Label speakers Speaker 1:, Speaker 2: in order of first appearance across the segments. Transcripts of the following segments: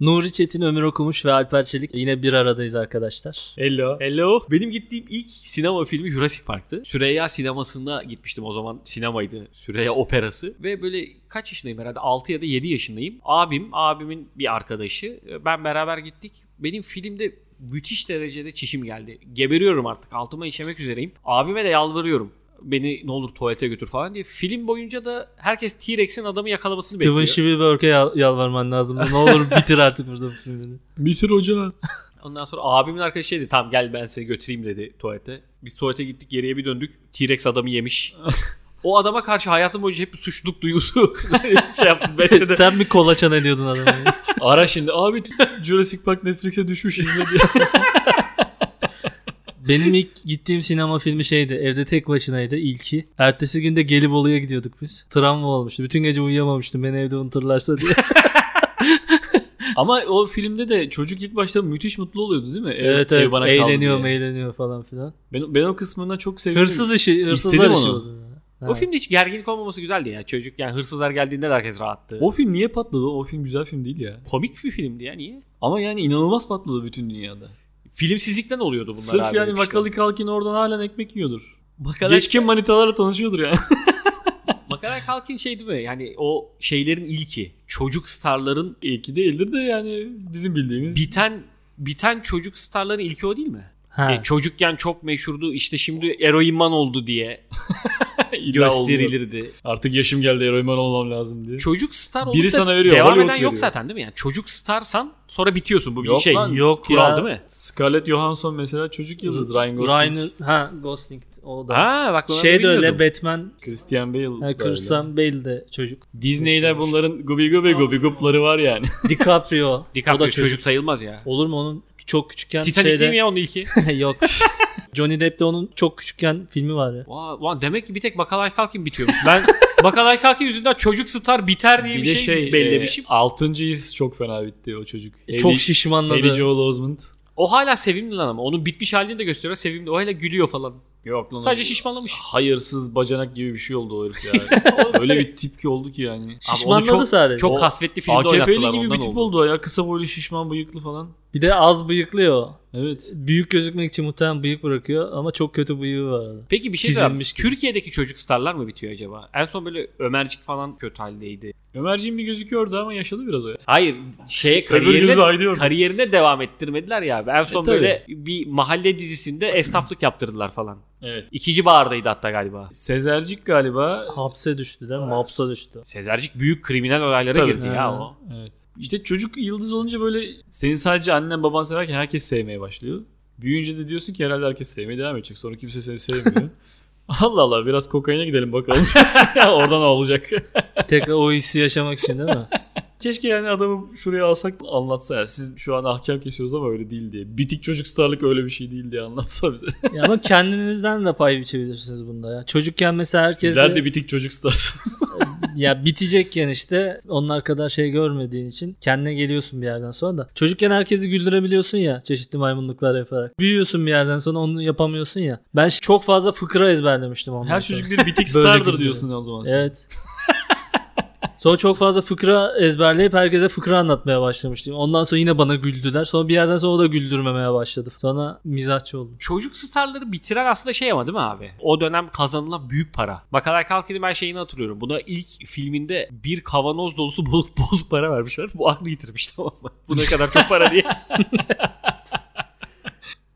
Speaker 1: Nuri Çetin Ömür Okumuş ve Alper Çelik yine bir aradayız arkadaşlar.
Speaker 2: Hello.
Speaker 3: Hello. Benim gittiğim ilk sinema filmi Jurassic Park'tı. Süreyya sinemasına gitmiştim o zaman. Sinemaydı. Süreyya operası. Ve böyle kaç yaşındayım herhalde 6 ya da 7 yaşındayım. Abim, abimin bir arkadaşı. Ben beraber gittik. Benim filmde müthiş derecede çişim geldi. Geberiyorum artık. Altıma işemek üzereyim. Abime de yalvarıyorum. Beni ne olur tuvalete götür falan diye. Film boyunca da herkes T-Rex'in adamı yakalamasını
Speaker 1: Steven
Speaker 3: bekliyor.
Speaker 1: Spielberg'e yal- yalvarman lazım. Ne olur bitir artık burada bu filmini.
Speaker 2: Bitir hoca.
Speaker 3: Ondan sonra abimin arkadaşı şey dedi tamam gel ben seni götüreyim dedi tuvalete. Biz tuvalete gittik geriye bir döndük. T-Rex adamı yemiş. o adama karşı hayatım boyunca hep bir suçluluk duygusu şey yaptım. besledi.
Speaker 1: Sen mi kolaçan ediyordun adamı?
Speaker 3: Ara şimdi abi.
Speaker 2: Jurassic Park Netflix'e düşmüş izle
Speaker 1: Benim ilk gittiğim sinema filmi şeydi. Evde tek başınaydı ilki. Ertesi günde Gelibolu'ya gidiyorduk biz. Travma olmuştu. Bütün gece uyuyamamıştım beni evde unuturlarsa diye.
Speaker 2: Ama o filmde de çocuk ilk başta müthiş mutlu oluyordu değil mi? Ev-
Speaker 1: evet
Speaker 2: ev
Speaker 1: evet
Speaker 2: bana kaldı
Speaker 1: eğleniyor
Speaker 2: diye.
Speaker 1: eğleniyor falan filan.
Speaker 2: Ben, ben o kısmından çok sevdim.
Speaker 1: Hırsız işi, hırsızlar
Speaker 2: İstedim
Speaker 1: işi.
Speaker 2: onu.
Speaker 1: o zaman.
Speaker 3: O
Speaker 1: Ha.
Speaker 3: filmde hiç gerginlik olmaması güzeldi ya. Çocuk yani hırsızlar geldiğinde de herkes rahattı.
Speaker 2: O film niye patladı? O film güzel film değil ya.
Speaker 3: komik bir filmdi ya niye?
Speaker 2: Ama yani inanılmaz patladı bütün dünyada.
Speaker 3: Filmsizlikten oluyordu bunlar
Speaker 2: Sırf
Speaker 3: abi
Speaker 2: yani
Speaker 3: işte.
Speaker 2: Macaulay Culkin oradan halen ekmek yiyordur.
Speaker 3: Macaulay-
Speaker 2: Geçkin manitalarla tanışıyordur yani.
Speaker 3: Macaulay Culkin şey değil mi? Yani o şeylerin ilki. Çocuk starların
Speaker 2: İyi ki değildir de yani bizim bildiğimiz.
Speaker 3: biten biten çocuk starların ilki o değil mi?
Speaker 1: Ha.
Speaker 3: E, çocukken çok meşhurdu işte şimdi eroinman oldu diye
Speaker 2: İlla oldu.
Speaker 3: gösterilirdi.
Speaker 2: Artık yaşım geldi eroyman olmam lazım diye.
Speaker 3: Çocuk star
Speaker 2: Biri
Speaker 3: olup da
Speaker 2: sana veriyor,
Speaker 3: Devam
Speaker 2: Hollywood
Speaker 3: eden yok
Speaker 2: veriyor.
Speaker 3: zaten değil mi? Yani çocuk starsan sonra bitiyorsun bu bir
Speaker 2: Yok
Speaker 3: şey.
Speaker 2: lan,
Speaker 1: yok
Speaker 3: kural
Speaker 1: ya.
Speaker 3: değil mi?
Speaker 2: Scarlett Johansson mesela çocuk yıldız. Ryan Gosling.
Speaker 1: Ryan ha Gosling o da.
Speaker 3: Ha bak ben
Speaker 1: şey de öyle
Speaker 3: bilmiyordum.
Speaker 1: Batman
Speaker 2: Christian Bale.
Speaker 1: ha,
Speaker 2: böyle.
Speaker 1: Christian Bale de çocuk.
Speaker 2: Disney'de bunların gubi gubi gubi gupları var yani.
Speaker 1: DiCaprio.
Speaker 3: DiCaprio
Speaker 1: o da
Speaker 3: çocuk.
Speaker 1: çocuk.
Speaker 3: sayılmaz ya.
Speaker 1: Olur mu onun çok küçükken
Speaker 3: Titanic
Speaker 1: şeyde
Speaker 3: değil mi ya onun ilki?
Speaker 1: yok. Johnny Depp'te onun çok küçükken filmi var ya.
Speaker 3: Vay, vay, demek ki bir tek Macaulay Culkin bitiyormuş. Ben Macaulay Culkin yüzünden çocuk star biter diye bir,
Speaker 2: de
Speaker 3: şey, bellemişim.
Speaker 2: E, altıncı his çok fena bitti o çocuk.
Speaker 1: E, çok
Speaker 2: Haley- Haley
Speaker 1: şişmanladı.
Speaker 2: Joel Osment.
Speaker 3: O hala sevimli lan ama. Onun bitmiş halini de gösteriyor. Sevimli. O hala gülüyor falan.
Speaker 2: Yok lan.
Speaker 3: Sadece şişmanlamış.
Speaker 2: Hayırsız bacanak gibi bir şey oldu o herif ya. Öyle bir tip ki oldu ki yani.
Speaker 1: Şişmanladı
Speaker 3: çok-
Speaker 1: sadece.
Speaker 3: Çok
Speaker 2: O
Speaker 3: kasvetli filmde
Speaker 2: AKP'li
Speaker 3: oynattılar
Speaker 2: gibi
Speaker 3: ondan
Speaker 2: bir tip
Speaker 3: oldu.
Speaker 2: oldu o ya. Kısa boylu şişman bıyıklı falan.
Speaker 1: Bir de az bıyıklıyor. o.
Speaker 2: Evet.
Speaker 1: Büyük gözükmek için muhtemelen bıyık bırakıyor ama çok kötü bıyığı var. arada.
Speaker 3: Peki bir şey
Speaker 1: Çizilmiş
Speaker 3: söyleyeyim.
Speaker 1: gibi.
Speaker 3: Türkiye'deki çocuk starlar mı bitiyor acaba? En son böyle Ömercik falan kötü haldeydi.
Speaker 2: Ömerciğim bir gözüküyordu ama yaşadı biraz o ya.
Speaker 3: Hayır şeye
Speaker 2: Öbür gözü
Speaker 3: kariyerine,
Speaker 2: aydıyordu.
Speaker 3: kariyerine devam ettirmediler ya. abi. En son
Speaker 2: E, tabii.
Speaker 3: böyle bir mahalle dizisinde esnaflık yaptırdılar falan.
Speaker 2: Evet.
Speaker 3: İkinci bağırdaydı hatta galiba.
Speaker 2: Sezercik galiba.
Speaker 1: Hapse düştü değil mi?
Speaker 2: Evet.
Speaker 1: Hapse düştü.
Speaker 3: Sezercik büyük kriminal olaylara
Speaker 2: Tabii.
Speaker 3: girdi ya o.
Speaker 2: Evet. İşte çocuk yıldız olunca böyle seni sadece annen baban severken herkes sevmeye başlıyor. Büyüyünce de diyorsun ki herhalde herkes sevmeye devam edecek. Sonra kimse seni sevmiyor. Allah Allah biraz kokaine gidelim bakalım. Oradan olacak.
Speaker 1: Tekrar o hissi yaşamak için değil mi?
Speaker 2: Keşke yani adamı şuraya alsak anlatsa. ya. Siz şu an ahkam kesiyoruz ama öyle değil diye. Bitik çocuk starlık öyle bir şey değil diye anlatsa bize.
Speaker 1: ya ama kendinizden de pay biçebilirsiniz bunda ya. Çocukken mesela herkes
Speaker 2: Sizler de bitik çocuk starsınız.
Speaker 1: ya bitecekken işte onlar kadar şey görmediğin için kendine geliyorsun bir yerden sonra da. Çocukken herkesi güldürebiliyorsun ya çeşitli maymunluklar yaparak. Büyüyorsun bir yerden sonra onu yapamıyorsun ya. Ben ş- çok fazla fıkra ezberlemiştim ondan
Speaker 2: Her
Speaker 1: sonra.
Speaker 2: çocuk bir bitik
Speaker 1: Böyle
Speaker 2: stardır
Speaker 1: güldürüyor.
Speaker 2: diyorsun o zaman. sen.
Speaker 1: Evet. Sonra çok fazla fıkra ezberleyip herkese fıkra anlatmaya başlamıştım. Ondan sonra yine bana güldüler. Sonra bir yerden sonra o da güldürmemeye başladı. Sonra mizahçı oldum.
Speaker 3: Çocuk starları bitiren aslında şey ama değil mi abi? O dönem kazanılan büyük para. Macaulay Culkin'in ben şeyini hatırlıyorum. Buna ilk filminde bir kavanoz dolusu bozuk, bozuk para vermişler. Bu aklı yitirmiş tamam mı? Bu ne kadar çok para diye.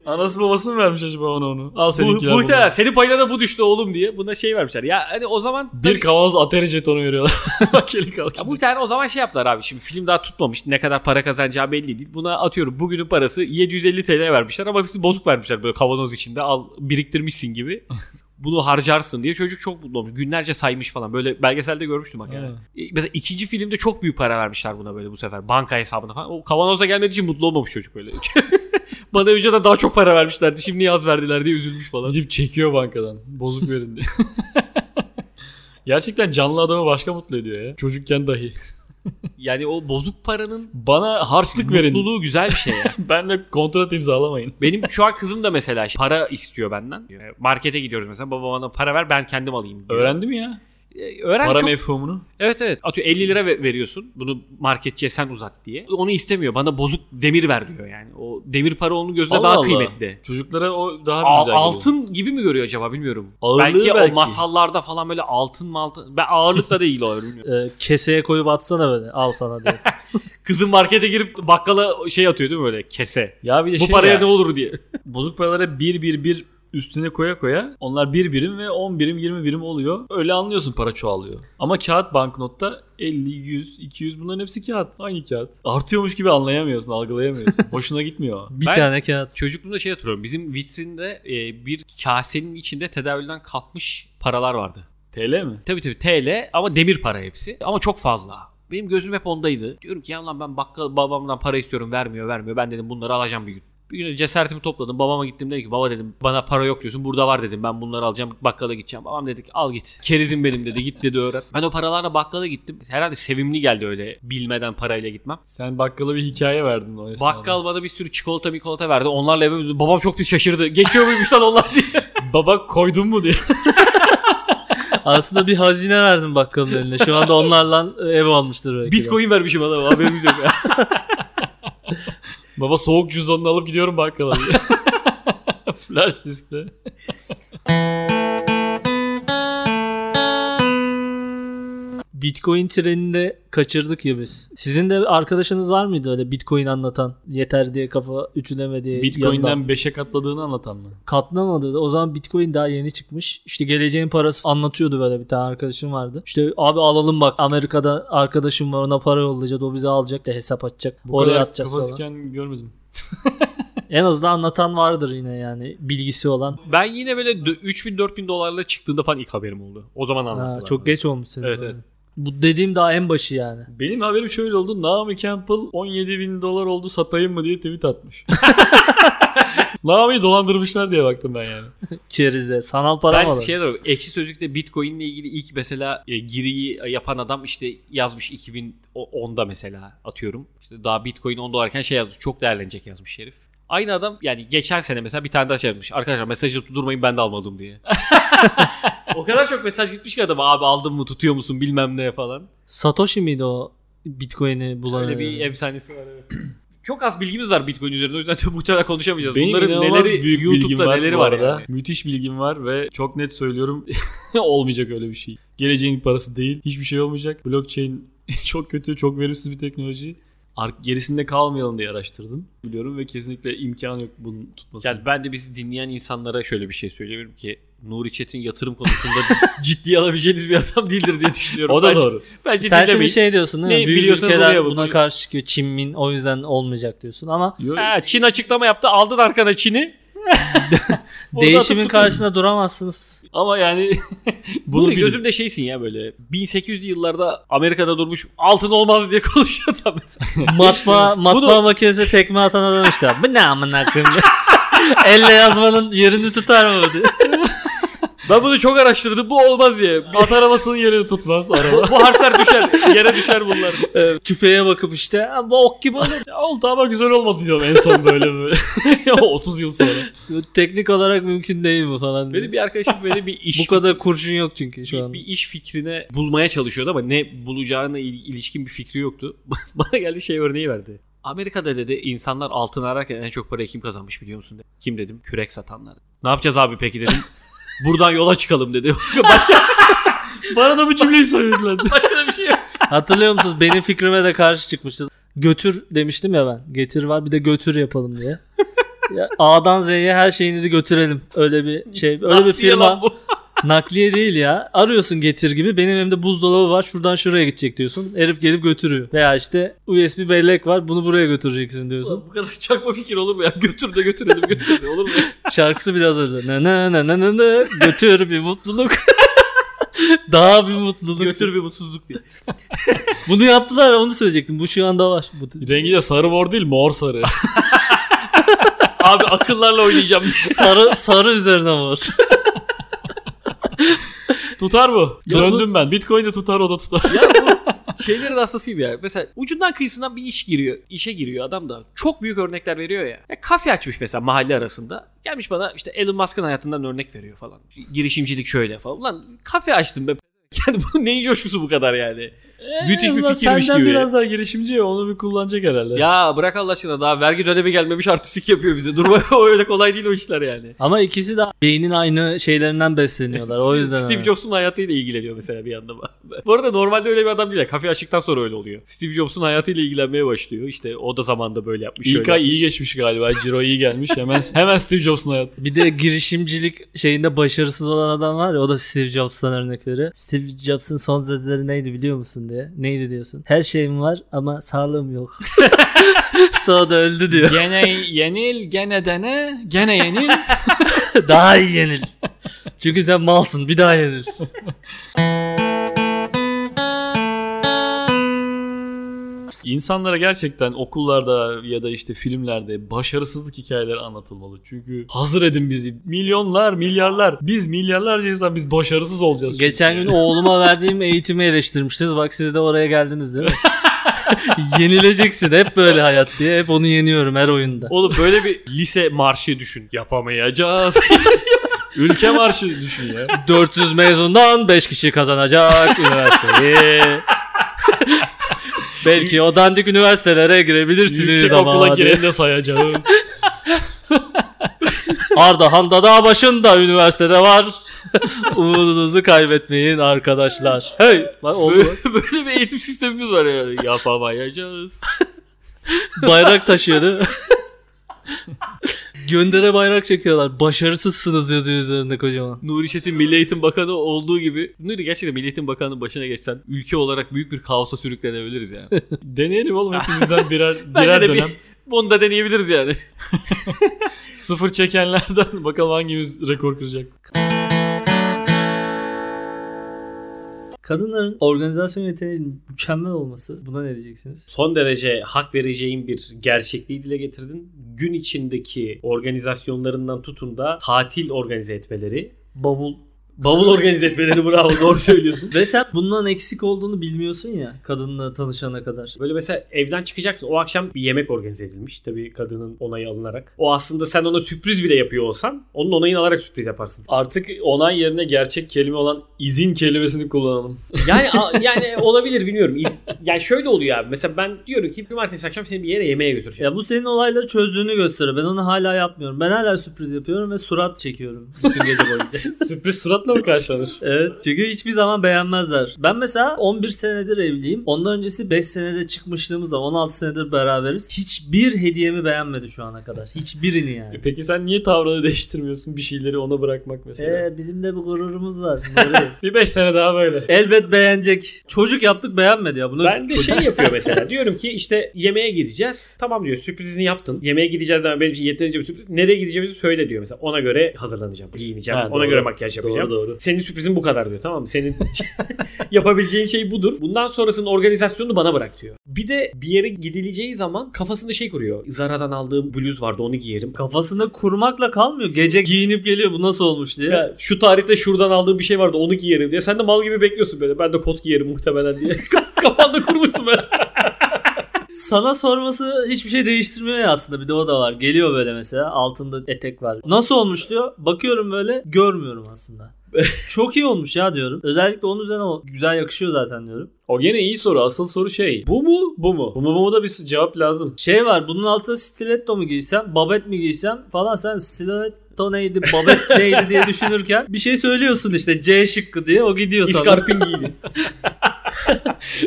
Speaker 2: Anası babası mı vermiş acaba ona onu? Al
Speaker 3: bu,
Speaker 2: seninkiler
Speaker 3: bu
Speaker 2: bunu.
Speaker 3: muhtemelen senin payına da bu düştü oğlum diye. Buna şey vermişler. Ya hani o zaman...
Speaker 2: Bir
Speaker 3: tabii-
Speaker 2: kavanoz ateri jetonu veriyorlar. Akeli kalkıyor.
Speaker 3: Ya bu tane o zaman şey yaptılar abi. Şimdi film daha tutmamış. Ne kadar para kazanacağı belli değil. Buna atıyorum bugünün parası 750 TL vermişler ama hepsi bozuk vermişler böyle kavanoz içinde. Al biriktirmişsin gibi. Bunu harcarsın diye çocuk çok mutlu olmuş. Günlerce saymış falan. Böyle belgeselde görmüştüm bak yani.
Speaker 2: Ha.
Speaker 3: E, Mesela ikinci filmde çok büyük para vermişler buna böyle bu sefer. Banka hesabına falan. O kavanozda gelmediği için mutlu olmamış çocuk böyle. Bana önce de daha çok para vermişlerdi. Şimdi niye az verdiler diye üzülmüş falan.
Speaker 2: Gidip çekiyor bankadan. Bozuk verin diye. Gerçekten canlı adamı başka mutlu ediyor ya. Çocukken dahi.
Speaker 3: Yani o bozuk paranın
Speaker 2: Bana harçlık verin.
Speaker 3: mutluluğu güzel bir şey ya.
Speaker 2: Benle kontrat imzalamayın.
Speaker 3: Benim şu an kızım da şey, E, mesela para istiyor benden. Markete gidiyoruz mesela. Baba bana para ver ben kendim alayım. diyor.
Speaker 2: Öğrendi mi ya?
Speaker 3: E, Öğren
Speaker 2: Para
Speaker 3: çok...
Speaker 2: mefhumunu.
Speaker 3: evet evet. Atıyor 50 lira ve- veriyorsun. Bunu marketçiye sen uzat diye. Onu istemiyor. Bana bozuk demir ver diyor yani. O demir para onun gözünde
Speaker 2: Allah
Speaker 3: daha
Speaker 2: Allah.
Speaker 3: kıymetli.
Speaker 2: Çocuklara o daha
Speaker 3: A-
Speaker 2: güzel. geliyor.
Speaker 3: altın gibi. mi görüyor acaba bilmiyorum.
Speaker 2: Ağırlığı
Speaker 3: belki,
Speaker 2: belki.
Speaker 3: o masallarda falan böyle altın maltın. Ben ağırlıkta değil o bilmiyorum.
Speaker 1: Ee, keseye koyup atsana böyle al sana diye.
Speaker 3: Kızın markete girip bakkala şey atıyor değil mi böyle kese.
Speaker 2: Ya bir de
Speaker 3: Bu
Speaker 2: şey
Speaker 3: paraya
Speaker 2: ya,
Speaker 3: ne olur diye.
Speaker 2: bozuk paralara bir bir bir üstüne koya koya onlar bir birim ve 10 birim 20 birim oluyor. Öyle anlıyorsun para çoğalıyor. Ama kağıt banknotta 50, 100, 200 bunların hepsi kağıt. Aynı kağıt. Artıyormuş gibi anlayamıyorsun, algılayamıyorsun. Hoşuna gitmiyor.
Speaker 1: Bir
Speaker 3: Ben-
Speaker 1: tane kağıt.
Speaker 3: Çocukluğumda şey hatırlıyorum. Bizim vitrinde e, bir kasenin içinde tedavülden kalkmış paralar vardı.
Speaker 2: TL mi?
Speaker 3: Tabii tabii TL ama demir para hepsi. Ama çok fazla. Benim gözüm hep ondaydı. Diyorum ki ya lan ben bakkal babamdan para istiyorum vermiyor vermiyor. Ben dedim bunları alacağım bir gün. Bir gün cesaretimi topladım. Babama gittim dedim ki baba dedim bana para yok diyorsun. Burada var dedim ben bunları alacağım bakkala gideceğim. Babam dedi ki al git. Kerizim benim dedi git dedi öğren. Ben o paralarla bakkala gittim. Herhalde sevimli geldi öyle bilmeden parayla gitmem.
Speaker 2: Sen bakkala bir hikaye verdin o esnada.
Speaker 3: Bakkal bana bir sürü çikolata mikolata verdi. Onlarla eve babam çok bir şaşırdı. Geçiyor muymuş lan onlar diye.
Speaker 2: Baba koydun mu diye.
Speaker 1: Aslında bir hazine verdim bakkalın eline. Şu anda onlarla ev almıştır belki. de.
Speaker 3: Bitcoin vermişim adama haberimiz yok ya.
Speaker 2: Baba soğuk cüzdanını alıp gidiyorum bakkala diye. Ee, Flash diskle.
Speaker 1: Bitcoin trenini de kaçırdık ya biz. Sizin de arkadaşınız var mıydı öyle Bitcoin anlatan? Yeter diye kafa ütüleme diye. yandan
Speaker 2: Bitcoin'den 5'e katladığını anlatan mı?
Speaker 1: katlamadı. O zaman Bitcoin daha yeni çıkmış. İşte geleceğin parası anlatıyordu böyle bir tane arkadaşım vardı. İşte abi alalım bak Amerika'da arkadaşım var ona para yollayacak. O bize alacak da hesap açacak.
Speaker 2: Bu
Speaker 1: Oraya
Speaker 2: kadar
Speaker 1: atacağız falan.
Speaker 2: kafasken görmedim.
Speaker 1: En azından anlatan vardır yine yani bilgisi olan.
Speaker 3: Ben yine böyle 3000-4000 dolarla çıktığında falan ilk haberim oldu. O zaman
Speaker 1: Ha,
Speaker 3: anlattılar.
Speaker 1: çok geç olmuş senin.
Speaker 3: Evet,
Speaker 1: böyle.
Speaker 3: evet.
Speaker 1: Bu dediğim daha en başı yani.
Speaker 2: Benim haberim şöyle oldu. Naomi Campbell 17 bin dolar oldu satayım mı diye tweet atmış. Naomi'yi dolandırmışlar diye baktım ben yani.
Speaker 1: Kerize. Sanal para mı
Speaker 3: Ben
Speaker 1: alır?
Speaker 3: şey diyorum. Ekşi Sözlük'te Bitcoin ile ilgili ilk mesela e, giriyi yapan adam işte yazmış 2010'da mesela atıyorum. İşte daha Bitcoin 10 dolarken şey yazmış. Çok değerlenecek yazmış herif. Aynı adam yani geçen sene mesela bir tane daha şey yazmış. Arkadaşlar mesajı tutturmayın ben de almadım diye. o kadar çok mesaj gitmiş ki adama abi aldın mı tutuyor musun bilmem ne falan.
Speaker 1: Satoshi miydi o Bitcoin'i bulan?
Speaker 3: Öyle bir
Speaker 1: yani?
Speaker 3: efsanesi var evet. Çok az bilgimiz var Bitcoin üzerinde o yüzden çok muhtemelen konuşamayacağız.
Speaker 2: Benim
Speaker 3: Bunların
Speaker 2: inanılmaz
Speaker 3: neleri
Speaker 2: büyük bilgim
Speaker 3: YouTube'da
Speaker 2: var
Speaker 3: neleri
Speaker 2: bu
Speaker 3: var
Speaker 2: arada.
Speaker 3: yani.
Speaker 2: Müthiş bilgim var ve çok net söylüyorum olmayacak öyle bir şey. Geleceğin parası değil. Hiçbir şey olmayacak. Blockchain çok kötü, çok verimsiz bir teknoloji. Ar- gerisinde kalmayalım diye araştırdım biliyorum ve kesinlikle imkan yok bunun tutması.
Speaker 3: Yani ben de bizi dinleyen insanlara şöyle bir şey söyleyebilirim ki Nuri Çetin yatırım konusunda ciddiye alabileceğiniz bir adam değildir diye düşünüyorum.
Speaker 2: o da
Speaker 3: Bence-
Speaker 2: doğru.
Speaker 3: Bence
Speaker 1: Sen şimdi
Speaker 3: dinlemeyin.
Speaker 1: şey diyorsun değil mi?
Speaker 3: Ne
Speaker 1: Büyük
Speaker 3: biliyorsanız
Speaker 1: ülkeler
Speaker 3: oraya bakın.
Speaker 1: buna karşı çıkıyor. Çin, Min o yüzden olmayacak diyorsun ama
Speaker 2: Yo-
Speaker 3: Ha, Çin açıklama yaptı aldın arkana Çin'i. Orada
Speaker 1: değişimin
Speaker 3: atıp tutun.
Speaker 1: karşısında duramazsınız.
Speaker 2: Ama yani bunu
Speaker 3: Nuri
Speaker 2: bilin.
Speaker 3: gözümde şeysin ya böyle 1800'lü yıllarda Amerika'da durmuş altın olmaz diye konuşuyor adam mesela.
Speaker 1: Matbaa, matbaa makinesine tekme atan adam işte. Bu ne amına koyayım diye. Elle yazmanın yerini tutar mı bu diye.
Speaker 3: Ben bunu çok araştırdım bu olmaz diye.
Speaker 2: At arabasının yerini tutmaz araba.
Speaker 3: Bu harfler düşer yere düşer bunlar.
Speaker 1: Evet, Tüfeğe bakıp işte "Ha, bu ok gibi olur.
Speaker 2: Ya oldu ama güzel olmadı diyorum en son böyle böyle. 30 yıl sonra.
Speaker 1: Teknik olarak mümkün değil bu falan diye.
Speaker 3: Benim bir arkadaşım beni bir iş
Speaker 1: Bu kadar kurşun yok çünkü şu
Speaker 3: bir,
Speaker 1: an.
Speaker 3: bir iş fikrine bulmaya çalışıyordu ama ne bulacağına il- ilişkin bir fikri yoktu. Bana geldi şey örneği verdi. Amerika'da dedi insanlar altın ararken en çok parayı kim kazanmış biliyor musun? Dedi. Kim dedim? Kürek satanlar. Ne yapacağız abi peki dedim. Buradan yola çıkalım dedi. Başka,
Speaker 2: Bana da bu cümleyi söylediler.
Speaker 3: başka da bir şey yok.
Speaker 1: Hatırlıyor musunuz? Benim fikrime de karşı çıkmışız. Götür demiştim ya ben. Getir var bir de götür yapalım diye. Ya A'dan Z'ye her şeyinizi götürelim. Öyle bir şey, öyle bir firma.
Speaker 3: Yalan bu.
Speaker 1: Nakliye değil ya. Arıyorsun getir gibi. Benim evimde buzdolabı var. Şuradan şuraya gidecek diyorsun. Herif gelip götürüyor. Veya işte USB bellek var. Bunu buraya götüreceksin diyorsun.
Speaker 3: Bu kadar çakma fikir olur mu ya? Götür de götürelim götür de olur mu? ya?
Speaker 1: Şarkısı bile hazırdı. Ne ne ne ne ne ne. Götür bir mutluluk. Daha bir mutluluk.
Speaker 3: götür bir mutsuzluk diye.
Speaker 1: Bunu yaptılar onu söyleyecektim. Bu şu anda var. Bu,
Speaker 2: Rengi de sarı mor değil mor sarı.
Speaker 3: Abi akıllarla oynayacağım.
Speaker 1: sarı sarı üzerine var.
Speaker 2: tutar mı?
Speaker 1: Yok,
Speaker 2: Döndüm ben. Bitcoin de tutar o da tutar.
Speaker 3: Ya bu şeylerin hastasıyım ya. Mesela ucundan kıyısından bir iş giriyor. işe giriyor adam da. Çok büyük örnekler veriyor ya. ya kafe açmış mesela mahalle arasında. Gelmiş bana işte Elon Musk'ın hayatından örnek veriyor falan. Girişimcilik şöyle falan. Ulan kafe açtım be.
Speaker 4: Yani bu neyin coşkusu bu kadar yani?
Speaker 2: Ee,
Speaker 4: Müthiş bir
Speaker 2: en azından
Speaker 4: fikirmiş
Speaker 2: Senden
Speaker 4: gibi.
Speaker 2: biraz daha girişimci ya onu bir kullanacak herhalde.
Speaker 4: Ya bırak Allah aşkına daha vergi dönemi gelmemiş artistik yapıyor bize. Durma o öyle kolay değil o işler yani.
Speaker 1: Ama ikisi de beynin aynı şeylerinden besleniyorlar. O yüzden.
Speaker 4: Steve
Speaker 1: öyle.
Speaker 4: Jobs'un hayatıyla ilgileniyor mesela bir anda. Bu arada normalde öyle bir adam değil. Kafe açtıktan sonra öyle oluyor. Steve Jobs'un hayatıyla ilgilenmeye başlıyor. İşte o da zamanda böyle yapmış.
Speaker 2: İlk
Speaker 4: şöyle
Speaker 2: ay iyi
Speaker 4: yapmış.
Speaker 2: geçmiş galiba. Ciro iyi gelmiş. Hemen hemen Steve Jobs'un hayatı.
Speaker 1: Bir de girişimcilik şeyinde başarısız olan adam var ya o da Steve Jobs'tan örnek veriyor. Steve Jobs'ın son sözleri neydi biliyor musun diye. Neydi diyorsun? Her şeyim var ama sağlığım yok. Sonra da öldü diyor.
Speaker 2: Gene yenil, gene dene, gene yenil.
Speaker 1: daha iyi yenil. Çünkü sen malsın bir daha yenil.
Speaker 2: İnsanlara gerçekten okullarda ya da işte filmlerde başarısızlık hikayeleri anlatılmalı. Çünkü hazır edin bizi. Milyonlar, milyarlar. Biz milyarlarca insan biz başarısız olacağız. çünkü.
Speaker 1: Geçen gün oğluma verdiğim eğitimi eleştirmiştiniz. Bak siz de oraya geldiniz değil mi? Yenileceksin hep böyle hayat diye. Hep onu yeniyorum her oyunda.
Speaker 4: Oğlum böyle bir lise marşı düşün. Yapamayacağız.
Speaker 2: ülke marşı düşün ya.
Speaker 1: 400 mezundan 5 kişi kazanacak üniversiteyi. Belki o dandik üniversitelere girebilirsiniz
Speaker 2: Yüksek
Speaker 1: ama
Speaker 2: okula
Speaker 1: hadi.
Speaker 2: gireni de sayacağız.
Speaker 1: Arda Handa Dağ başında üniversitede var. Umudunuzu kaybetmeyin arkadaşlar. Hey, bak oldu.
Speaker 4: böyle, böyle bir eğitim sistemimiz var yani. Yapamayacağız.
Speaker 1: bayrak taşıyordu. Göndere bayrak çekiyorlar. Başarısızsınız yazıyor üzerinde kocaman.
Speaker 4: Nuri Çetin Milli Eğitim Bakanı olduğu gibi. Nuri gerçekten Milli Eğitim Bakanı'nın başına geçsen ülke olarak büyük bir kaosa sürüklenebiliriz yani.
Speaker 2: Deneyelim oğlum hepimizden birer,
Speaker 4: Bence
Speaker 2: birer
Speaker 4: de
Speaker 2: dönem.
Speaker 4: bir, bunu da deneyebiliriz yani.
Speaker 2: Sıfır çekenlerden bakalım hangimiz rekor kıracak.
Speaker 1: Kadınların organizasyon yeteneğinin mükemmel olması. Buna ne diyeceksiniz?
Speaker 3: son derece hak vereceğim bir gerçekliği dile getirdin. Gün içindeki organizasyonlarından tutun da tatil organize etmeleri, bavul bavul organize etmeleri bravo doğru söylüyorsun.
Speaker 1: Ve sen bundan eksik olduğunu bilmiyorsun ya kadınla tanışana kadar.
Speaker 3: Böyle mesela evden çıkacaksın o akşam bir yemek organize edilmiş. Tabii kadının onayı alınarak. O aslında sen ona sürpriz bile yapıyor olsan onun onayını alarak sürpriz yaparsın.
Speaker 2: Artık onay yerine gerçek kelime olan izin kelimesini kullanalım.
Speaker 3: Yani a- yani olabilir bilmiyorum. İz- Yani şöyle oluyor abi. Mesela ben diyorum ki cumartesi akşam seni bir yere yemeğe götüreceğim.
Speaker 1: Ya bu senin olayları çözdüğünü gösteriyor. Ben onu hala yapmıyorum. Ben hala sürpriz yapıyorum ve surat çekiyorum bütün gece boyunca.
Speaker 2: Sürpriz suratla mı karşılanır?
Speaker 1: evet. Çünkü hiçbir zaman beğenmezler. Ben mesela 11 senedir evliyim. Ondan öncesi 5 senede çıkmışlığımız var. 16 senedir beraberiz. Hiçbir hediyemi beğenmedi şu ana kadar. Hiçbirini yani.
Speaker 2: E Peki sen niye tavrını değiştirmiyorsun bir şeyleri ona bırakmak mesela?
Speaker 1: Ee, bizim de bu gururumuz var. Nuri.
Speaker 2: Bir 5 sene daha böyle.
Speaker 1: Elbet beğenecek. Çocuk yaptık beğenmedi ya. Bunu
Speaker 3: Ben de şey yapıyor mesela. Diyorum ki işte yemeğe gideceğiz. Tamam diyor sürprizini yaptın. Yemeğe gideceğiz ama benim için yeterince bir sürpriz. Nereye gideceğimizi söyle diyor mesela. Ona göre hazırlanacağım. Giyineceğim.
Speaker 2: Ha,
Speaker 3: ona
Speaker 2: doğru.
Speaker 3: göre makyaj yapacağım.
Speaker 2: Doğru doğru.
Speaker 3: Senin sürprizin bu kadar diyor tamam mı? Senin yapabileceğin şey budur. Bundan sonrasının organizasyonunu bana bırak diyor. Bir de bir yere gidileceği zaman kafasında şey kuruyor. Zara'dan aldığım bluz vardı onu giyerim.
Speaker 1: kafasında kurmakla kalmıyor. Gece giyinip geliyor bu nasıl olmuş diye.
Speaker 3: Ya şu tarihte şuradan aldığım bir şey vardı onu giyerim diye. Sen de mal gibi bekliyorsun böyle. Ben de kot giyerim muhtemelen diye. Kafanda kurmuşsun böyle.
Speaker 1: Sana sorması hiçbir şey değiştirmiyor ya aslında bir de o da var. Geliyor böyle mesela altında etek var. Nasıl olmuş diyor. Bakıyorum böyle görmüyorum aslında. Çok iyi olmuş ya diyorum. Özellikle onun üzerine o güzel yakışıyor zaten diyorum.
Speaker 2: O gene iyi soru. Asıl soru şey. Bu mu? Bu mu? Bu mu? Bu mu da bir cevap lazım.
Speaker 1: Şey var bunun altına stiletto mu giysem babet mi giysem falan sen stiletto neydi babet neydi diye düşünürken bir şey söylüyorsun işte C şıkkı diye o gidiyor sana.
Speaker 3: İskarpin giydim.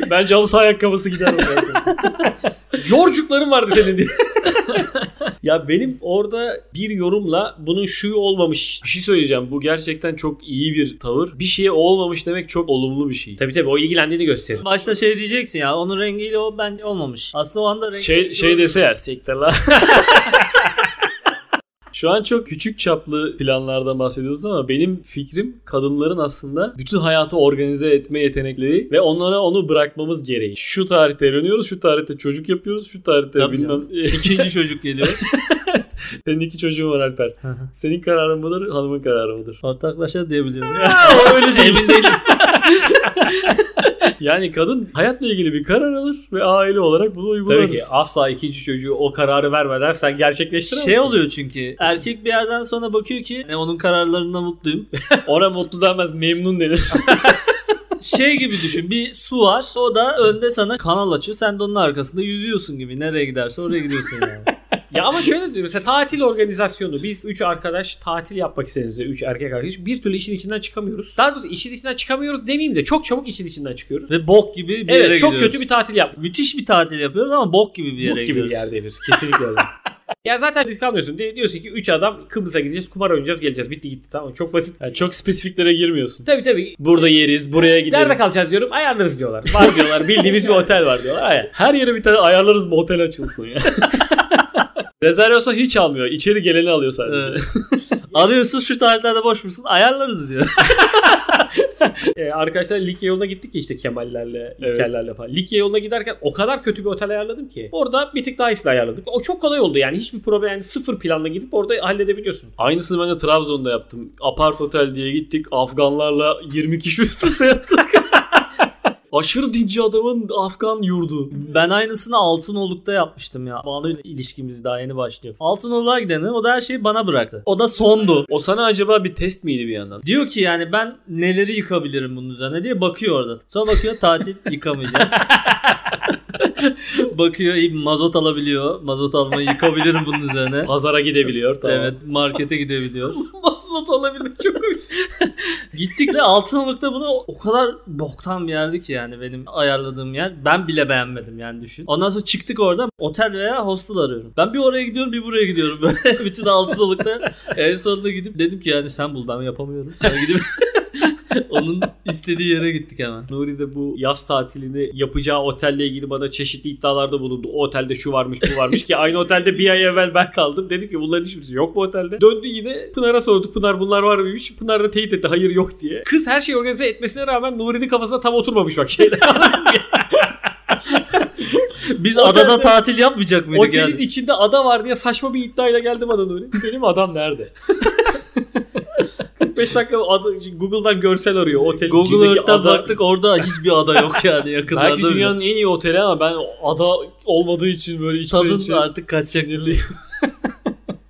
Speaker 2: Bence halı saha ayakkabısı gider.
Speaker 3: George'lukların vardı senin diye. ya benim orada bir yorumla bunun şu olmamış.
Speaker 2: bir şey söyleyeceğim. Bu gerçekten çok iyi bir tavır. Bir şeye olmamış demek çok olumlu bir şey.
Speaker 3: Tabii tabii o ilgilendiğini gösterir.
Speaker 1: Başta şey diyeceksin ya onun rengiyle o bence olmamış. Aslında o anda rengi
Speaker 2: Şey, şey dese ya sekte la. Şu an çok küçük çaplı planlardan bahsediyoruz ama benim fikrim kadınların aslında bütün hayatı organize etme yetenekleri ve onlara onu bırakmamız gereği. Şu tarihte evleniyoruz, şu tarihte çocuk yapıyoruz, şu tarihte
Speaker 1: Tabii
Speaker 2: bilmem.
Speaker 1: ikinci çocuk geliyor.
Speaker 2: Senin iki çocuğun var Alper.
Speaker 1: Hı hı.
Speaker 2: Senin kararın mıdır, hanımın kararı mıdır?
Speaker 1: Ortaklaşa diyebiliyorum.
Speaker 2: Öyle değil.
Speaker 1: Emin değilim.
Speaker 2: Yani kadın hayatla ilgili bir karar alır ve aile olarak bunu uygularız.
Speaker 3: Tabii ki asla ikinci çocuğu o kararı vermeden sen gerçekleştiremezsin.
Speaker 1: Şey oluyor çünkü erkek bir yerden sonra bakıyor ki "Ne, onun kararlarında mutluyum.
Speaker 2: Ona mutlu denmez, memnun denir.
Speaker 1: şey gibi düşün. Bir su var. O da önde sana kanal açıyor. Sen de onun arkasında yüzüyorsun gibi. Nereye giderse oraya gidiyorsun yani.
Speaker 3: Ya ama şöyle diyor mesela tatil organizasyonu biz 3 arkadaş tatil yapmak istediğimizde 3 erkek arkadaş bir türlü işin içinden çıkamıyoruz. Daha doğrusu işin içinden çıkamıyoruz demeyeyim de çok çabuk işin içinden çıkıyoruz.
Speaker 1: Ve bok gibi bir yere
Speaker 3: Evet çok
Speaker 1: gidiyoruz.
Speaker 3: kötü bir tatil yaptık.
Speaker 1: Müthiş bir tatil yapıyoruz ama bok gibi bir yere
Speaker 3: Bok gibi bir
Speaker 1: gidiyoruz.
Speaker 3: yerde yapıyoruz kesinlikle öyle. Ya zaten risk almıyorsun. Diye diyorsun ki 3 adam Kıbrıs'a gideceğiz, kumar oynayacağız, geleceğiz. Bitti gitti tamam. Çok basit.
Speaker 2: Yani çok spesifiklere girmiyorsun.
Speaker 3: Tabii tabii.
Speaker 2: Burada yeriz, buraya gideriz.
Speaker 3: Nerede kalacağız diyorum. Ayarlarız diyorlar. Var diyorlar. Bildiğimiz bir otel var diyorlar. Ayar.
Speaker 2: Her yere bir tane ayarlarız bu otel açılsın ya. Rezervasyon hiç almıyor. İçeri geleni alıyor sadece.
Speaker 1: Evet. Arıyorsun şu tarihlerde boş musun? Ayarlarız diyor.
Speaker 3: Ee, arkadaşlar Likya yoluna gittik ya işte Kemallerle,
Speaker 2: Evet.
Speaker 3: İlkerlerle falan. Likya yoluna giderken o kadar kötü bir otel ayarladım ki. Orada bir tık daha iyisini ayarladık. O çok kolay oldu yani. Hiçbir problem yani sıfır planla gidip orada halledebiliyorsun.
Speaker 2: Aynısını ben de Trabzon'da yaptım. Apart otel diye gittik. Afganlarla 20 kişi üst üste yattık. Aşırı dinci adamın Afgan yurdu.
Speaker 1: Ben aynısını Altınoluk'ta yapmıştım ya. Banu'yla ilişkimiz daha yeni başlıyor. Altınoluk'a gidelim. O da her şeyi bana bıraktı. O da sondu.
Speaker 2: O sana acaba bir test miydi bir yandan?
Speaker 1: Diyor ki yani ben neleri yıkabilirim bunun üzerine diye bakıyor orada. Sonra bakıyor tatil yıkamayacağım. bakıyor iyi bir mazot alabiliyor. Mazot almayı yıkabilirim bunun üzerine.
Speaker 2: Pazara gidebiliyor. Tamam.
Speaker 1: Evet markete gidebiliyor.
Speaker 3: Mazot alabildim çok komik.
Speaker 1: Gittik de Altınoluk'ta bunu o kadar boktan bir yerdi ki yani benim ayarladığım yer. Ben bile beğenmedim yani düşün. Ondan sonra çıktık oradan otel veya hostel arıyorum. Ben bir oraya gidiyorum bir buraya gidiyorum böyle. Bütün Altınoluk'ta en sonunda gidip dedim ki yani sen bul ben yapamıyorum. Sonra gidip onun istediği yere gittik hemen.
Speaker 3: Nuri de bu yaz tatilini yapacağı otelle ilgili bana çeşitli iddialarda bulundu. O otelde şu varmış bu varmış ki aynı otelde bir ay evvel ben kaldım. Dedim ki bunların hiçbirisi yok bu otelde. Döndü yine Pınar'a sordu. Pınar bunlar var mıymış? Pınar da teyit etti hayır yok diye. Kız her şeyi organize etmesine rağmen Nuri'nin kafasına tam oturmamış bak şeyler.
Speaker 1: Biz
Speaker 3: Otelde-
Speaker 1: adada tatil yapmayacak mıydık
Speaker 3: Otelin
Speaker 1: yani?
Speaker 3: içinde ada var diye saçma bir iddiayla geldim bana öyle. Benim adam nerede? 45 dakika adı, Google'dan görsel arıyor. Otelin
Speaker 1: Google
Speaker 3: içindeki
Speaker 1: Earth'ten
Speaker 3: ada.
Speaker 1: baktık orada hiçbir ada yok yani yakınlarda.
Speaker 2: Belki
Speaker 1: bile.
Speaker 2: dünyanın en iyi oteli ama ben ada olmadığı için böyle içten
Speaker 1: tadın
Speaker 2: içe-
Speaker 1: artık kaçacak.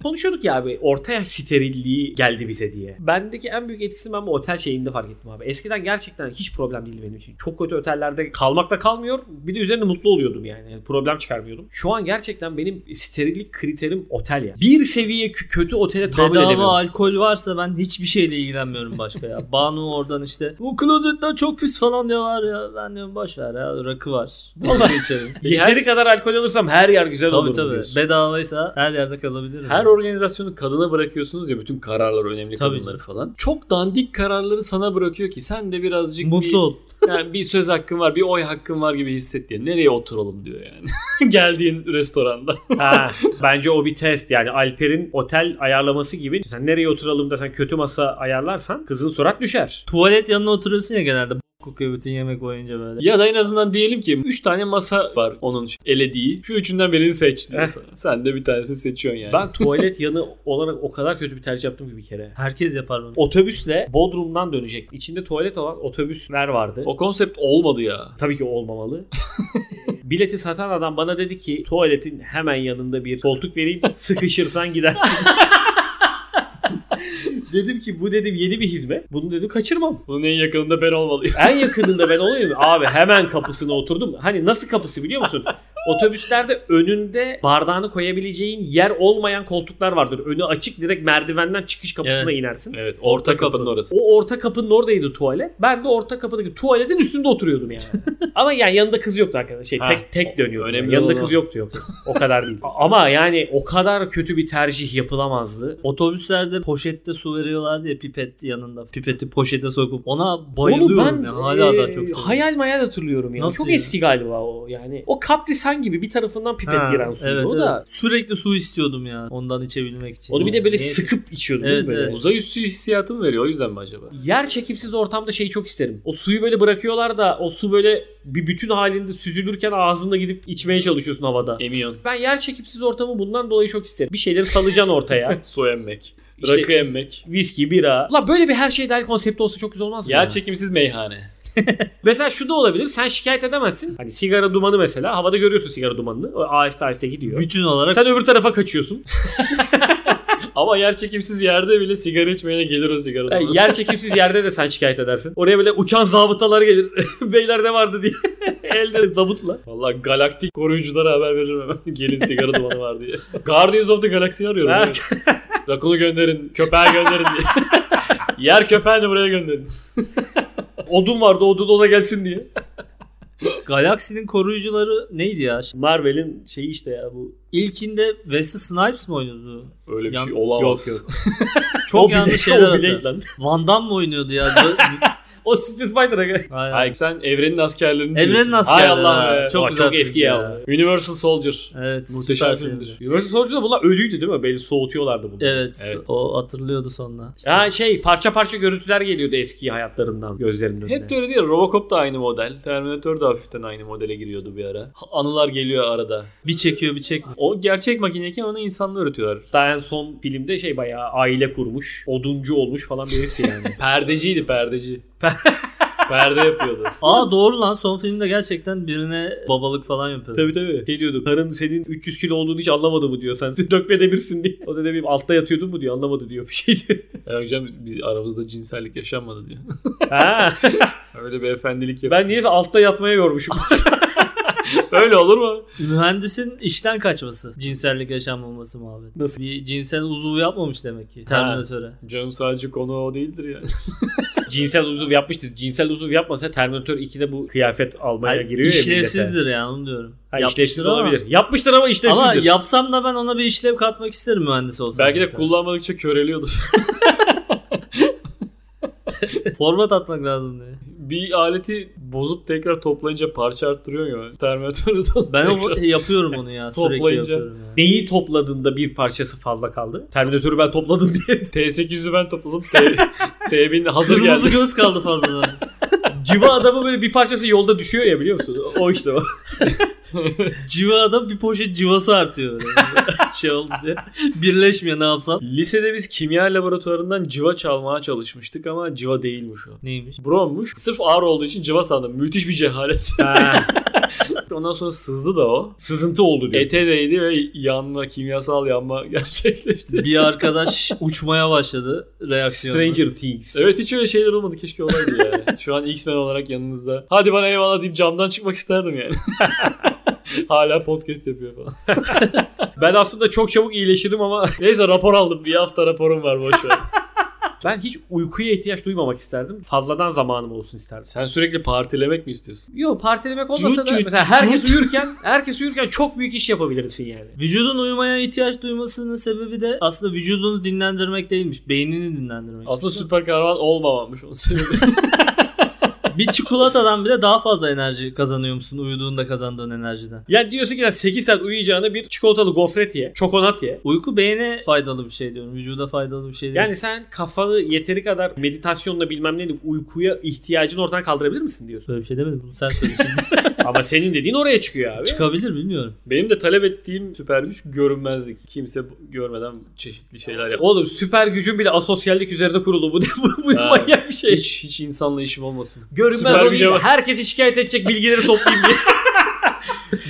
Speaker 3: Konuşuyorduk ya abi orta yaş sterilliği geldi bize diye. Bendeki en büyük etkisini ben bu otel şeyinde fark ettim abi. Eskiden gerçekten hiç problem değildi benim için. Çok kötü otellerde kalmakta kalmıyor. Bir de üzerine mutlu oluyordum yani. Yani Problem çıkarmıyordum. Şu an gerçekten benim sterillik kriterim otel ya. Bir seviye kö- kötü otele tahammül edemiyorum.
Speaker 1: Bedava alkol varsa ben hiçbir şeyle ilgilenmiyorum başka ya. Banu oradan işte bu klozetten çok pis falan diyorlar ya. Ben diyorum boş ver ya rakı var. Vallahi içerim.
Speaker 3: Yeteri kadar alkol alırsam her yer güzel
Speaker 1: tabii
Speaker 3: olur.
Speaker 1: tabii.
Speaker 3: diyorsun.
Speaker 1: Bedavaysa her yerde kalabilirim.
Speaker 2: Her
Speaker 1: Yani.
Speaker 2: organizasyonu kadına bırakıyorsunuz ya bütün kararlar önemli
Speaker 1: Tabii
Speaker 2: kadınları falan. Çok dandik kararları sana bırakıyor ki sen de birazcık bir,
Speaker 1: Mutlu ol.
Speaker 2: yani bir söz hakkın var, bir oy hakkın var gibi hisset diye. Nereye oturalım diyor yani. Geldiğin restoranda.
Speaker 3: ha, bence o bir test yani Alper'in otel ayarlaması gibi sen nereye oturalım da sen kötü masa ayarlarsan kızın surat düşer.
Speaker 1: Tuvalet yanına oturuyorsun ya genelde. b- Kokuyor bütün yemek boyunca böyle.
Speaker 2: ya da en azından diyelim ki 3 tane masa var onun elediği. Şu üçünden birini seç diyor
Speaker 3: Heh.
Speaker 2: sana. Sen de bir tanesini seçiyorsun yani.
Speaker 3: Eh. Ben tuvalet yanı olarak o kadar kötü bir tercih yaptım ki bir kere.
Speaker 1: Herkes yapar bunu.
Speaker 3: Otobüsle Bodrum'dan dönecek. İçinde tuvalet olan otobüsler vardı.
Speaker 2: o konsept olmadı ya.
Speaker 3: Tabii ki o olmamalı. Bileti satan adam bana dedi ki tuvaletin hemen yanında bir koltuk vereyim sıkışırsan gidersin. dedim ki bu dedim yeni bir hizmet. Bunu dedim kaçırmam.
Speaker 2: Bunun en yakınında ben olmalıyım.
Speaker 3: En yakınında ben olayım. Abi hemen kapısına oturdum. Hani nasıl kapısı biliyor musun? Otobüslerde önünde bardağını koyabileceğin yer olmayan koltuklar vardır. Önü açık direkt merdivenden çıkış kapısına inersin.
Speaker 2: Evet orta kapının orası.
Speaker 3: O orta kapının oradaydı tuvalet. Ben de orta kapıdaki tuvaletin üstünde oturuyordum yani. Ama yani yanında kız yoktu arkadaşlar. Şey,
Speaker 2: Ha,
Speaker 3: tek tek dönüyordu.
Speaker 2: önemli
Speaker 3: yani. Yanında
Speaker 2: olan
Speaker 3: kız
Speaker 2: o.
Speaker 3: yoktu yok. yok. O kadar değil. Ama yani o kadar kötü bir tercih yapılamazdı.
Speaker 1: Otobüslerde poşette su veriyorlar diye pipet yanında. Pipeti poşete sokup ona
Speaker 3: Onu
Speaker 1: bayılıyorum
Speaker 3: ben
Speaker 1: ya. Hala
Speaker 3: e,
Speaker 1: daha çok seviyorum.
Speaker 3: hayal mayal hatırlıyorum ya.
Speaker 1: Nasıl
Speaker 3: çok
Speaker 1: ya?
Speaker 3: eski galiba o yani. O kaprisan gibi bir tarafından pipet
Speaker 1: Ha,
Speaker 3: giren su
Speaker 1: evet,
Speaker 3: o da.
Speaker 1: evet. Sürekli su istiyordum ya ondan içebilmek için.
Speaker 3: Onu bir de böyle
Speaker 1: Niye-
Speaker 3: sıkıp içiyordum.
Speaker 1: Evet,
Speaker 3: böyle.
Speaker 1: evet.
Speaker 2: Uzay üstü hissiyatı mı veriyor o yüzden mi acaba?
Speaker 3: Yer çekimsiz ortamda şeyi çok isterim. O suyu böyle bırakıyorlar da o su böyle bir bütün halinde süzülürken ağzında gidip içmeye çalışıyorsun havada. E,
Speaker 2: Emiyon.
Speaker 3: Ben yer çekimsiz ortamı bundan dolayı çok isterim. Bir şeyleri salacaksın ortaya.
Speaker 2: Su emmek.
Speaker 3: İşte-
Speaker 2: Rakı emmek.
Speaker 3: Viski, bira. La böyle bir her şey dahil konsepti olsa çok güzel olmaz mı? ya?
Speaker 2: Yer çekimsiz meyhane.
Speaker 3: Mesela şu da olabilir. Sen şikayet edemezsin. Hani sigara dumanı mesela. Havada görüyorsun sigara dumanını. O Aheste aheste gidiyor.
Speaker 1: bütün olarak
Speaker 3: Sen öbür tarafa kaçıyorsun.
Speaker 2: Ama yer çekimsiz yerde bile sigara içmeyene gelir o sigara.
Speaker 3: Yani yer çekimsiz yerde de sen şikayet edersin. Oraya böyle uçan zabıtalar gelir. Beyler ne vardı diye. Elde zabıtla.
Speaker 2: Valla galaktik koruyuculara haber veririm hemen. Gelin sigara dumanı var diye. Guardians of the Galaxy'yi arıyorum.
Speaker 3: Ha.
Speaker 2: ben. Rakunu gönderin, köpeği gönderin diye. Yer köpeğini buraya gönderin.
Speaker 3: Odun vardı odun o da gelsin diye.
Speaker 1: Galaksinin koruyucuları neydi ya?
Speaker 3: Marvel'in şeyi işte ya bu.
Speaker 1: İlkinde Wesley Snipes mi oynuyordu?
Speaker 2: Öyle bir
Speaker 1: Yan-
Speaker 2: şey olamaz.
Speaker 3: Yok, yok.
Speaker 1: Çok
Speaker 3: bile-
Speaker 1: yanlış şeyler
Speaker 3: o bile
Speaker 1: hatırlıyorum.
Speaker 3: lan.
Speaker 1: Van Damme mı oynuyordu ya? Dö-
Speaker 3: O Street Fighter'a gel.
Speaker 1: Aynen.
Speaker 2: Hayır sen evrenin askerlerini
Speaker 1: Evrenin
Speaker 2: diyorsun.
Speaker 1: askerleri,
Speaker 2: Hay Allah
Speaker 1: ha.
Speaker 2: be.
Speaker 1: Çok
Speaker 2: Aa,
Speaker 1: güzel
Speaker 2: çok eski
Speaker 1: filmdi
Speaker 2: ya.
Speaker 1: ya.
Speaker 2: Universal Soldier.
Speaker 1: Evet.
Speaker 2: Muhteşem
Speaker 1: süper
Speaker 2: filmdir.
Speaker 3: Universal Soldier'da bunlar ölüydü değil mi? Belli soğutuyorlardı bunu.
Speaker 1: Evet,
Speaker 2: Evet.
Speaker 1: O hatırlıyordu sonra. İşte
Speaker 3: Ya şey parça parça görüntüler geliyordu eski hayatlarından gözlerinin önüne.
Speaker 2: Hep de öyle değil. Robocop da aynı model. Terminator da hafiften aynı modele giriyordu bir ara. Anılar geliyor arada.
Speaker 1: bir çekiyor bir çekmiyor.
Speaker 2: O gerçek makineyken onu insanla öğretiyorlar.
Speaker 3: Daha en son filmde şey bayağı aile kurmuş, oduncu olmuş falan bir herifti yani.
Speaker 2: Perdeciydi perdeci. Perde yapıyordu.
Speaker 1: Aa doğru lan son filmde gerçekten birine babalık falan yapıyordu.
Speaker 3: tabii tabii. Şey diyordu, karın senin 300 kilo olduğunu hiç anlamadı mı diyor sen. Dökmede birsin diye. O da ne bileyim altta yatıyordun mu diyor anlamadı diyor bir şey diyor.
Speaker 2: Ya hocam biz, biz aramızda cinsellik yaşanmadı diyor.
Speaker 3: ha,
Speaker 2: Öyle bir efendilik yap.
Speaker 3: ben niyeyse altta yatmaya yormuşum.
Speaker 2: Öyle olur mu?
Speaker 1: Mühendisin işten kaçması. Cinsellik yaşanmaması muhabbet.
Speaker 3: Nasıl?
Speaker 1: Bir cinsel uzuvu yapmamış demek ki Terminatöre.
Speaker 2: Canım sadece konu o değildir ya.
Speaker 3: Cinsel uzuv yapmıştı. Cinsel uzuv yapmasa Terminator 2'de bu kıyafet almaya
Speaker 1: Hayır,
Speaker 3: giriyor ya millete.
Speaker 1: işlevsizdir yani onu diyorum.
Speaker 3: Ha,
Speaker 1: Yapmıştır
Speaker 3: işlevsiz
Speaker 1: ama-
Speaker 3: olabilir. Yapmıştır ama işlevsizdir.
Speaker 1: Ama yapsam da ben ona bir işlev katmak isterim mühendis olsam.
Speaker 2: Belki de
Speaker 1: mesela.
Speaker 2: kullanmadıkça köreliyordur.
Speaker 1: Format atmak lazım diye.
Speaker 2: bir aleti bozup tekrar toplayınca parça arttırıyor ya. Terminatörü de
Speaker 1: Ben o,
Speaker 2: tekrar-
Speaker 1: yapıyorum onu ya. Sürekli
Speaker 2: Toplayınca.
Speaker 1: yapıyorum ya.
Speaker 3: Neyi topladığında bir parçası fazla kaldı? Terminatörü ben topladım diye.
Speaker 2: T800'ü ben topladım. T, T1000 hazır
Speaker 1: Kırmızı
Speaker 2: geldi.
Speaker 1: göz kaldı fazladan.
Speaker 3: Civa adamı böyle bir parçası yolda düşüyor ya biliyor musun? O işte o.
Speaker 1: Civada bir poşet civası artıyor. Böyle. şey oldu diye. Birleşmiyor ne yapsam.
Speaker 2: Lisede biz kimya laboratuvarından civa çalmaya çalışmıştık ama civa değilmiş o.
Speaker 1: Neymiş?
Speaker 2: Brommuş. Sırf ağır olduğu için civa sandım. Müthiş bir cehalet. Ondan sonra sızdı da o.
Speaker 3: Sızıntı oldu diyor.
Speaker 2: Ete değdi ve yanma, kimyasal yanma gerçekleşti.
Speaker 1: Bir arkadaş uçmaya başladı reaksiyonu.
Speaker 3: Stranger Things.
Speaker 2: Evet hiç öyle şeyler olmadı keşke olaydı yani. Şu an X-Men olarak yanınızda. Hadi bana eyvallah deyip camdan çıkmak isterdim yani. Hala podcast yapıyor falan.
Speaker 3: Ben aslında çok çabuk iyileşirdim ama
Speaker 2: Neyse rapor aldım. Bir hafta raporum var boşver.
Speaker 3: ben hiç uykuya ihtiyaç duymamak isterdim. Fazladan zamanım olsun isterdim.
Speaker 2: Sen sürekli partilemek mi istiyorsun?
Speaker 3: Yok partilemek
Speaker 2: olmasa
Speaker 3: olmasa
Speaker 2: da
Speaker 3: da
Speaker 2: mesela
Speaker 3: mesela
Speaker 2: herkes
Speaker 3: herkes uyurken herkes uyurken çok büyük iş yapabilirsin yani.
Speaker 1: Vücudun uyumaya ihtiyaç duymasının sebebi de aslında vücudunu dinlendirmek değilmiş. Beynini dinlendirmek.
Speaker 2: Aslında süper kahraman olmamamış onun sebebi.
Speaker 1: bir çikolatadan bile daha fazla enerji kazanıyor musun uyuduğunda kazandığın enerjiden?
Speaker 3: Yani diyorsun ki lan 8 saat uyuyacağına bir çikolatalı gofret ye, çokonat ye.
Speaker 1: Uyku beyne faydalı bir şey diyorum. Vücuda faydalı bir şey değil.
Speaker 3: Yani sen kafanı yeteri kadar meditasyonla bilmem neyle uykuya ihtiyacını ortadan kaldırabilir misin diyorsun.
Speaker 1: Böyle bir şey demedim. Bunu sen söyle şimdi.
Speaker 3: Ama senin dediğin oraya çıkıyor abi.
Speaker 1: Çıkabilir bilmiyorum.
Speaker 2: Benim de talep ettiğim süper güç görünmezlik. Kimse bu- görmeden çeşitli şeyler yap.
Speaker 3: Oğlum süper gücün bile asosyallik üzerine kurulu. Bu ne bu, bu ne
Speaker 2: Ha.
Speaker 3: manyak bir şey.
Speaker 2: Hiç, hiç insanla işim olmasın.
Speaker 3: Görünmez
Speaker 2: Süper
Speaker 3: olayım.
Speaker 2: güce bak.
Speaker 3: Herkesi şikayet edecek bilgileri toplayayım diye.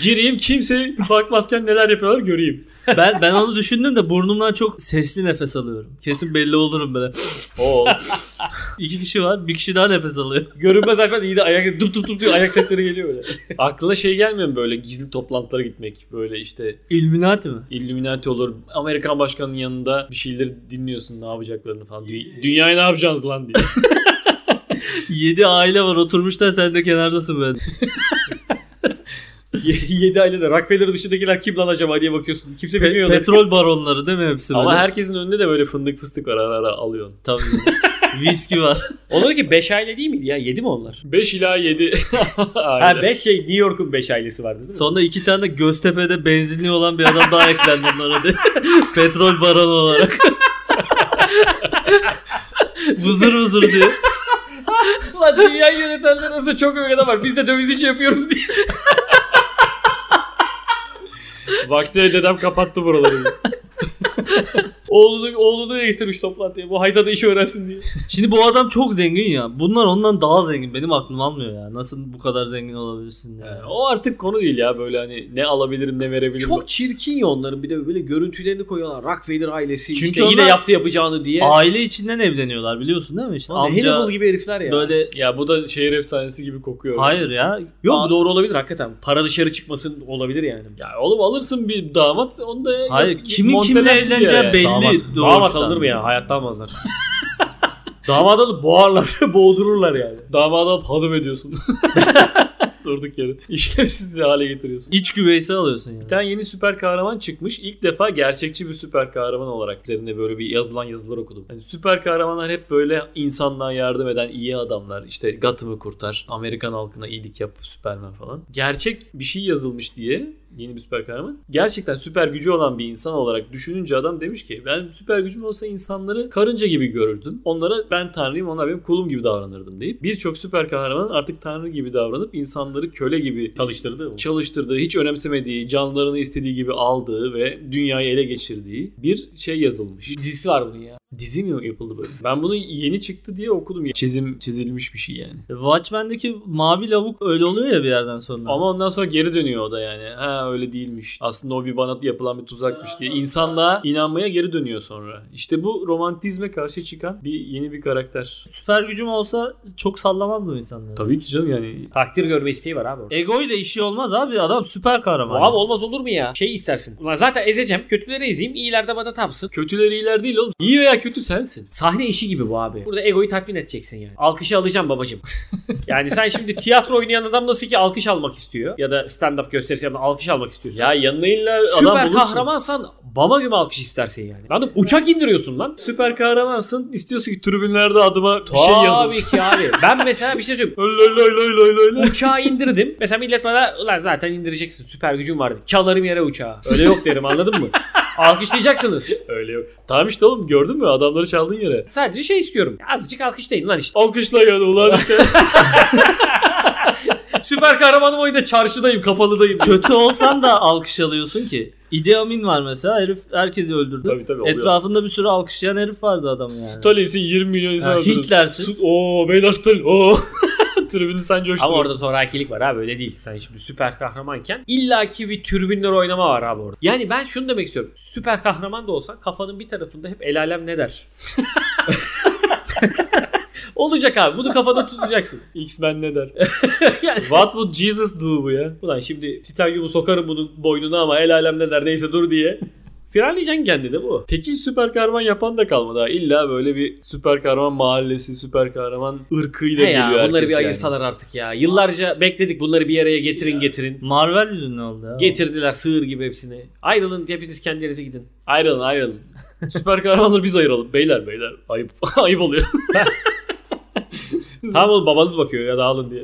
Speaker 2: Gireyim kimse bakmazken neler yapıyorlar göreyim.
Speaker 1: Ben ben onu düşündüm de burnumdan çok sesli nefes alıyorum. Kesin belli olurum böyle.
Speaker 2: Oo.
Speaker 1: İki kişi var. Bir kişi daha nefes alıyor.
Speaker 3: Görünmez zaten iyi de ayak dup dup dup diyor ayak sesleri geliyor böyle.
Speaker 2: Aklına şey gelmiyor mu böyle gizli toplantılara gitmek? Böyle işte
Speaker 1: İlluminati mi?
Speaker 2: Illuminati olur. Amerikan başkanının yanında bir şeyleri dinliyorsun ne yapacaklarını falan. Dü- dünyayı ne yapacaksınız lan diye.
Speaker 1: Yedi aile var oturmuşlar sen de kenardasın böyle.
Speaker 3: 7 ailede Rockefeller dışındakiler kim lan acaba diye bakıyorsun. Kimse bilmiyor. lan.
Speaker 1: Petrol baronları değil mi hepsi
Speaker 2: Ama
Speaker 1: böyle?
Speaker 2: herkesin önünde de böyle fındık fıstık var ara ara alıyorsun.
Speaker 1: Tabii. Viski var.
Speaker 3: Onlar ki 5 aile değil miydi ya? 7 mi onlar?
Speaker 2: 5 ila 7
Speaker 3: Ha 5 şey New York'un 5 ailesi vardı değil mi?
Speaker 1: Sonra iki tane de Göztepe'de benzinli olan bir adam daha eklendi onlara diye. Petrol baronu olarak. vızır vızır diye.
Speaker 3: Ulan dünyayı yönetenler arasında çok övgü adam var. Biz de döviz işi yapıyoruz diye.
Speaker 2: Vakti dedem kapattı buraları.
Speaker 3: Oğlunu, oğlunu da getirmiş toplantıya. Bu hayda da işi öğrensin diye.
Speaker 1: Şimdi bu adam çok zengin ya. Bunlar ondan daha zengin. Benim aklım almıyor ya. Nasıl bu kadar zengin olabilirsin ya?
Speaker 2: Yani o artık konu değil ya böyle hani ne alabilirim ne verebilirim.
Speaker 3: Çok çirkin ya onların bir de böyle görüntülerini koyuyorlar. Rockefeller ailesi
Speaker 1: Çünkü
Speaker 3: işte yine
Speaker 1: onlar-
Speaker 3: yaptı yapacağını diye.
Speaker 1: Aile içinden evleniyorlar biliyorsun değil mi? İşte
Speaker 3: Lan
Speaker 1: amca
Speaker 3: Hannibal gibi herifler ya.
Speaker 1: böyle
Speaker 2: Ya bu da şehir efsanesi gibi kokuyor.
Speaker 1: hayır ya.
Speaker 3: Yok
Speaker 1: Aa,
Speaker 3: bu doğru olabilir hakikaten. Para dışarı çıkmasın olabilir yani.
Speaker 2: Ya oğlum alırsın bir damat onu da
Speaker 1: Hayır
Speaker 2: yap-
Speaker 1: kimin kimle
Speaker 2: montelersin
Speaker 1: evleneceği
Speaker 2: yani.
Speaker 1: belli.
Speaker 3: Damat,
Speaker 1: doğuştan.
Speaker 3: damat alınır mı ya? Hayatta almazlar. Damat alıp boğarlar, boğdururlar yani.
Speaker 2: Damadı alıp hanım ediyorsun. Durduk yere. İşlevsiz hale getiriyorsun.
Speaker 1: İç güveysi alıyorsun yani.
Speaker 2: Bir tane yeni süper kahraman çıkmış. İlk defa gerçekçi bir süper kahraman olarak üzerinde böyle bir yazılan yazılar okudum. Hani süper kahramanlar hep böyle insanlığa yardım eden iyi adamlar. İşte Gotham'ı kurtar, Amerikan halkına iyilik yap, Superman falan. Gerçek bir şey yazılmış diye yeni bir süper kahraman. Gerçekten süper gücü olan bir insan olarak düşününce adam demiş ki ben süper gücüm olsa insanları karınca gibi görürdüm. Onlara ben tanrıyım onlar benim kulum gibi davranırdım deyip birçok süper kahraman artık tanrı gibi davranıp insanları köle gibi
Speaker 3: Çalıştırdı mı?
Speaker 2: çalıştırdığı, hiç önemsemediği, canlarını istediği gibi aldığı ve dünyayı ele geçirdiği bir şey yazılmış.
Speaker 3: Dizisi var bunun ya.
Speaker 2: Dizi mi yapıldı böyle? Ben bunu yeni çıktı diye okudum. ya. Çizim çizilmiş bir şey yani.
Speaker 1: E, Watchmen'deki mavi lavuk öyle oluyor ya bir yerden sonra.
Speaker 2: Ama ondan sonra geri dönüyor o da yani. Ha öyle değilmiş. Aslında o bir bana yapılan bir tuzakmış diye. İnsanlığa inanmaya geri dönüyor sonra. İşte bu romantizme karşı çıkan bir yeni bir karakter.
Speaker 1: süper gücüm olsa çok sallamazdım insanları.
Speaker 2: Tabii ki canım yani.
Speaker 3: Takdir görme isteği var abi.
Speaker 1: Ego ile işi olmaz abi. Adam süper kahraman.
Speaker 3: E, abi olmaz olur mu ya? Şey istersin. Ulan zaten ezeceğim. Kötüleri ezeyim. iyiler de bana tapsın.
Speaker 2: Kötüler iyiler değil oğlum. İyi veya kötü sensin.
Speaker 3: Sahne işi gibi bu abi. Burada egoyu tatmin edeceksin yani. Alkışı alacağım babacım. yani sen şimdi tiyatro oynayan adam nasıl ki alkış almak istiyor ya da stand-up gösterisi yapan alkış almak istiyorsun.
Speaker 2: Ya yanına illa
Speaker 3: Süper
Speaker 2: adam bulursun.
Speaker 3: kahramansan baba gibi alkış istersin yani. Lan uçak indiriyorsun lan.
Speaker 2: Süper kahramansın. İstiyorsun ki tribünlerde adıma bir şey
Speaker 3: Tabii
Speaker 2: yazılsın.
Speaker 3: ki abi. Ben mesela bir şey söyleyeyim.
Speaker 2: Lay lay lay lay lay lay.
Speaker 3: Uçağı indirdim. Mesela millet bana ulan zaten indireceksin süper gücün var. dedi. Çalarım yere uçağı. Öyle yok derim anladın mı? Alkışlayacaksınız.
Speaker 2: Öyle yok. Tamam işte oğlum gördün mü adamları çaldığın yere.
Speaker 3: Sadece şey istiyorum. Azıcık alkışlayın lan işte.
Speaker 2: Alkışlayan ulan işte.
Speaker 3: Süper kahramanım oyunda çarşıdayım kapalıdayım.
Speaker 1: Kötü olsan da alkış alıyorsun ki. İdi Amin var mesela. Herif herkesi öldürdü.
Speaker 2: tabii tabii oluyor.
Speaker 1: Etrafında bir sürü alkışlayan herif vardı adam yani.
Speaker 2: Stalin'sin 20 milyon insan
Speaker 1: Ha,
Speaker 2: öldürdün.
Speaker 1: Hitler'sin.
Speaker 2: Su- Oo beyler Stalin. Oo. Tribünü sen coşturuyorsun.
Speaker 3: Ama orada sonrakilik var abi öyle değil. Sen şimdi süper kahramanken illaki bir türbinler oynama var abi orada. Yani ben şunu demek istiyorum. Süper kahraman da olsan kafanın bir tarafında hep el alem ne der? Olacak abi. Bunu kafada tutacaksın.
Speaker 2: X-Men ne der?
Speaker 3: Yani-
Speaker 2: What would Jesus do bu ya?
Speaker 3: Ulan şimdi titanyumu sokarım bunun boynuna ama el alem ne der neyse dur diye. Frenleyeceksin kendini bu.
Speaker 2: Tekil süper kahraman yapan da kalmadı ha. İlla böyle bir süper kahraman mahallesi, süper kahraman ırkıyla
Speaker 3: He ya,
Speaker 2: geliyor
Speaker 3: bunları
Speaker 2: herkes
Speaker 3: bir
Speaker 2: yani.
Speaker 3: ayırsalar artık ya. Yıllarca bekledik bunları bir araya getirin getirin.
Speaker 1: Marvel yüzünden oldu ya.
Speaker 3: Getirdiler sığır gibi hepsini. Ayrılın hepiniz kendinize gidin.
Speaker 2: Ayrılın ayrılın. Süper kahramanları biz ayıralım. Beyler beyler. Ayıp. Ayıp oluyor.
Speaker 3: Tamam oğlum babanız bakıyor ya dağılın diye.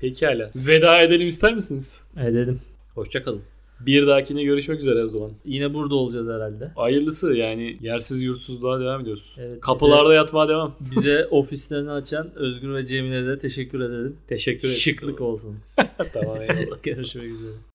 Speaker 2: Pekala. Veda edelim ister misiniz?
Speaker 1: E dedim.
Speaker 3: Hoşçakalın.
Speaker 2: Bir dahakine görüşmek üzere o zaman.
Speaker 1: Yine burada olacağız herhalde.
Speaker 2: Hayırlısı yani yersiz yurtsuzluğa devam ediyoruz.
Speaker 1: Evet,
Speaker 2: Kapılarda yatmaya devam.
Speaker 1: Bize, bize ofislerini açan Özgür ve Cemile de teşekkür edelim.
Speaker 3: Teşekkür ederim.
Speaker 1: Şıklık olsun.
Speaker 2: tamam
Speaker 1: Görüşmek üzere.